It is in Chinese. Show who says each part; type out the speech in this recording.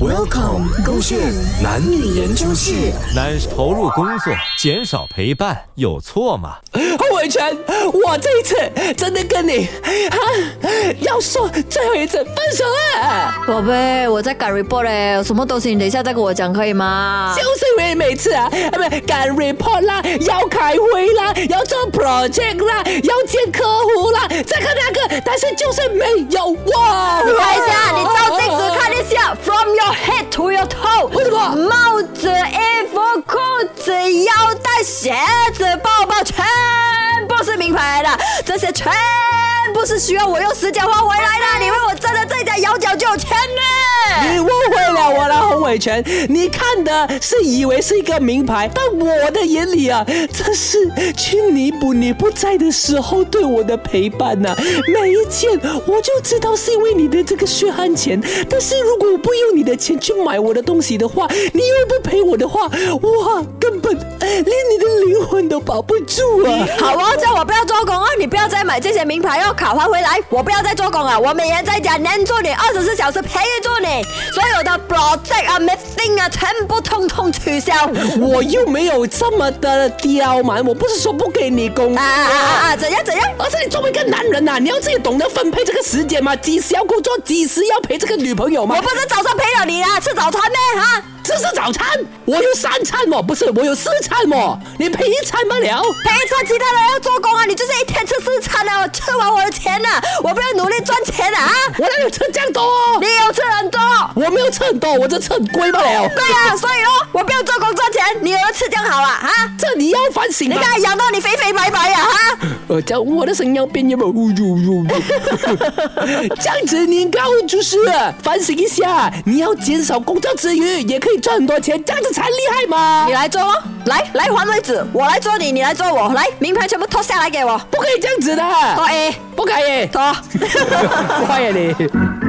Speaker 1: Welcome，勾线男女研究室。
Speaker 2: 男人投入工作，减少陪伴，有错吗？
Speaker 3: 洪伟全，我这一次真的跟你啊，要说最后一次分手了，
Speaker 4: 宝贝，我在赶 report 嘞，有什么东西你等一下再跟我讲，可以吗
Speaker 3: 就？是因为每次啊，啊不是赶 report 啦，要开会啦，要做 project 啦，要见客户啦，这个那个，但是就是没有啊我。
Speaker 4: 你看一下，啊你照镜子看一下，from your head to your toe，
Speaker 3: 为什么
Speaker 4: 帽子、衣服、裤子、腰带、鞋子、包包，全部是名牌的，这些全部是需要我用时间换回 来的。你以为我真的在家摇脚就有钱呢？
Speaker 3: 你误会了我了，洪伟全。你看的是以为是一个名牌，但我的眼里啊，这是去弥补你不在的时候对我的陪伴呐、每一件我就知道是因为你的这个血汗钱，但是如果我不用你的钱去买我的东西的话，你又不陪我的话，我根本连你的灵魂都保不住啊！
Speaker 4: 好哦，叫我不要做工哦，你不要再买这些名牌哦，卡还回来，我不要再做工了，我每天在家黏住你，二十四小时陪住你，所有的 project 啊、meeting 啊，全部通通取消。
Speaker 3: 我又没有这么的刁蛮，我不是说不给你工作
Speaker 4: 啊啊啊啊！怎样怎样？
Speaker 3: 而且你作为一个男人呐、啊你要自己懂得分配这个时间嘛，几时要工作，几时要陪这个女朋友嘛
Speaker 4: 我。不是早上陪了你啊，吃早餐咩哈？
Speaker 3: 这是早餐，我有三餐哦，不是我有四餐哦，你陪一餐不了。
Speaker 4: 陪着其他人要做工啊，你就是一天吃四餐啊，我吃完我的钱了、我不要努力赚钱了啊！
Speaker 3: 我哪有吃这样多、哦？
Speaker 4: 你有吃很多，
Speaker 3: 我没有吃很多，我这吃很贵不了。
Speaker 4: 对啊，所以咯，我不要做工赚钱，你有的吃这样好啊哈！
Speaker 3: 这你要反省
Speaker 4: 你
Speaker 3: 吧。
Speaker 4: 看养到你肥肥白白呀、哈！
Speaker 3: 呃，这样我的声音要变有没有？呜呜 呜呜这样子你应该会就是反省一下，你要减少工作之余，也可以赚很多钱，这样子才厉害嘛
Speaker 4: 你。来做哦，来来还位置，我来做你，你来做我，来名牌全部脱下来给我，
Speaker 3: 不可以这样子的，
Speaker 4: 脱 A，
Speaker 3: 不可以，
Speaker 4: 脱。
Speaker 3: 坏了你。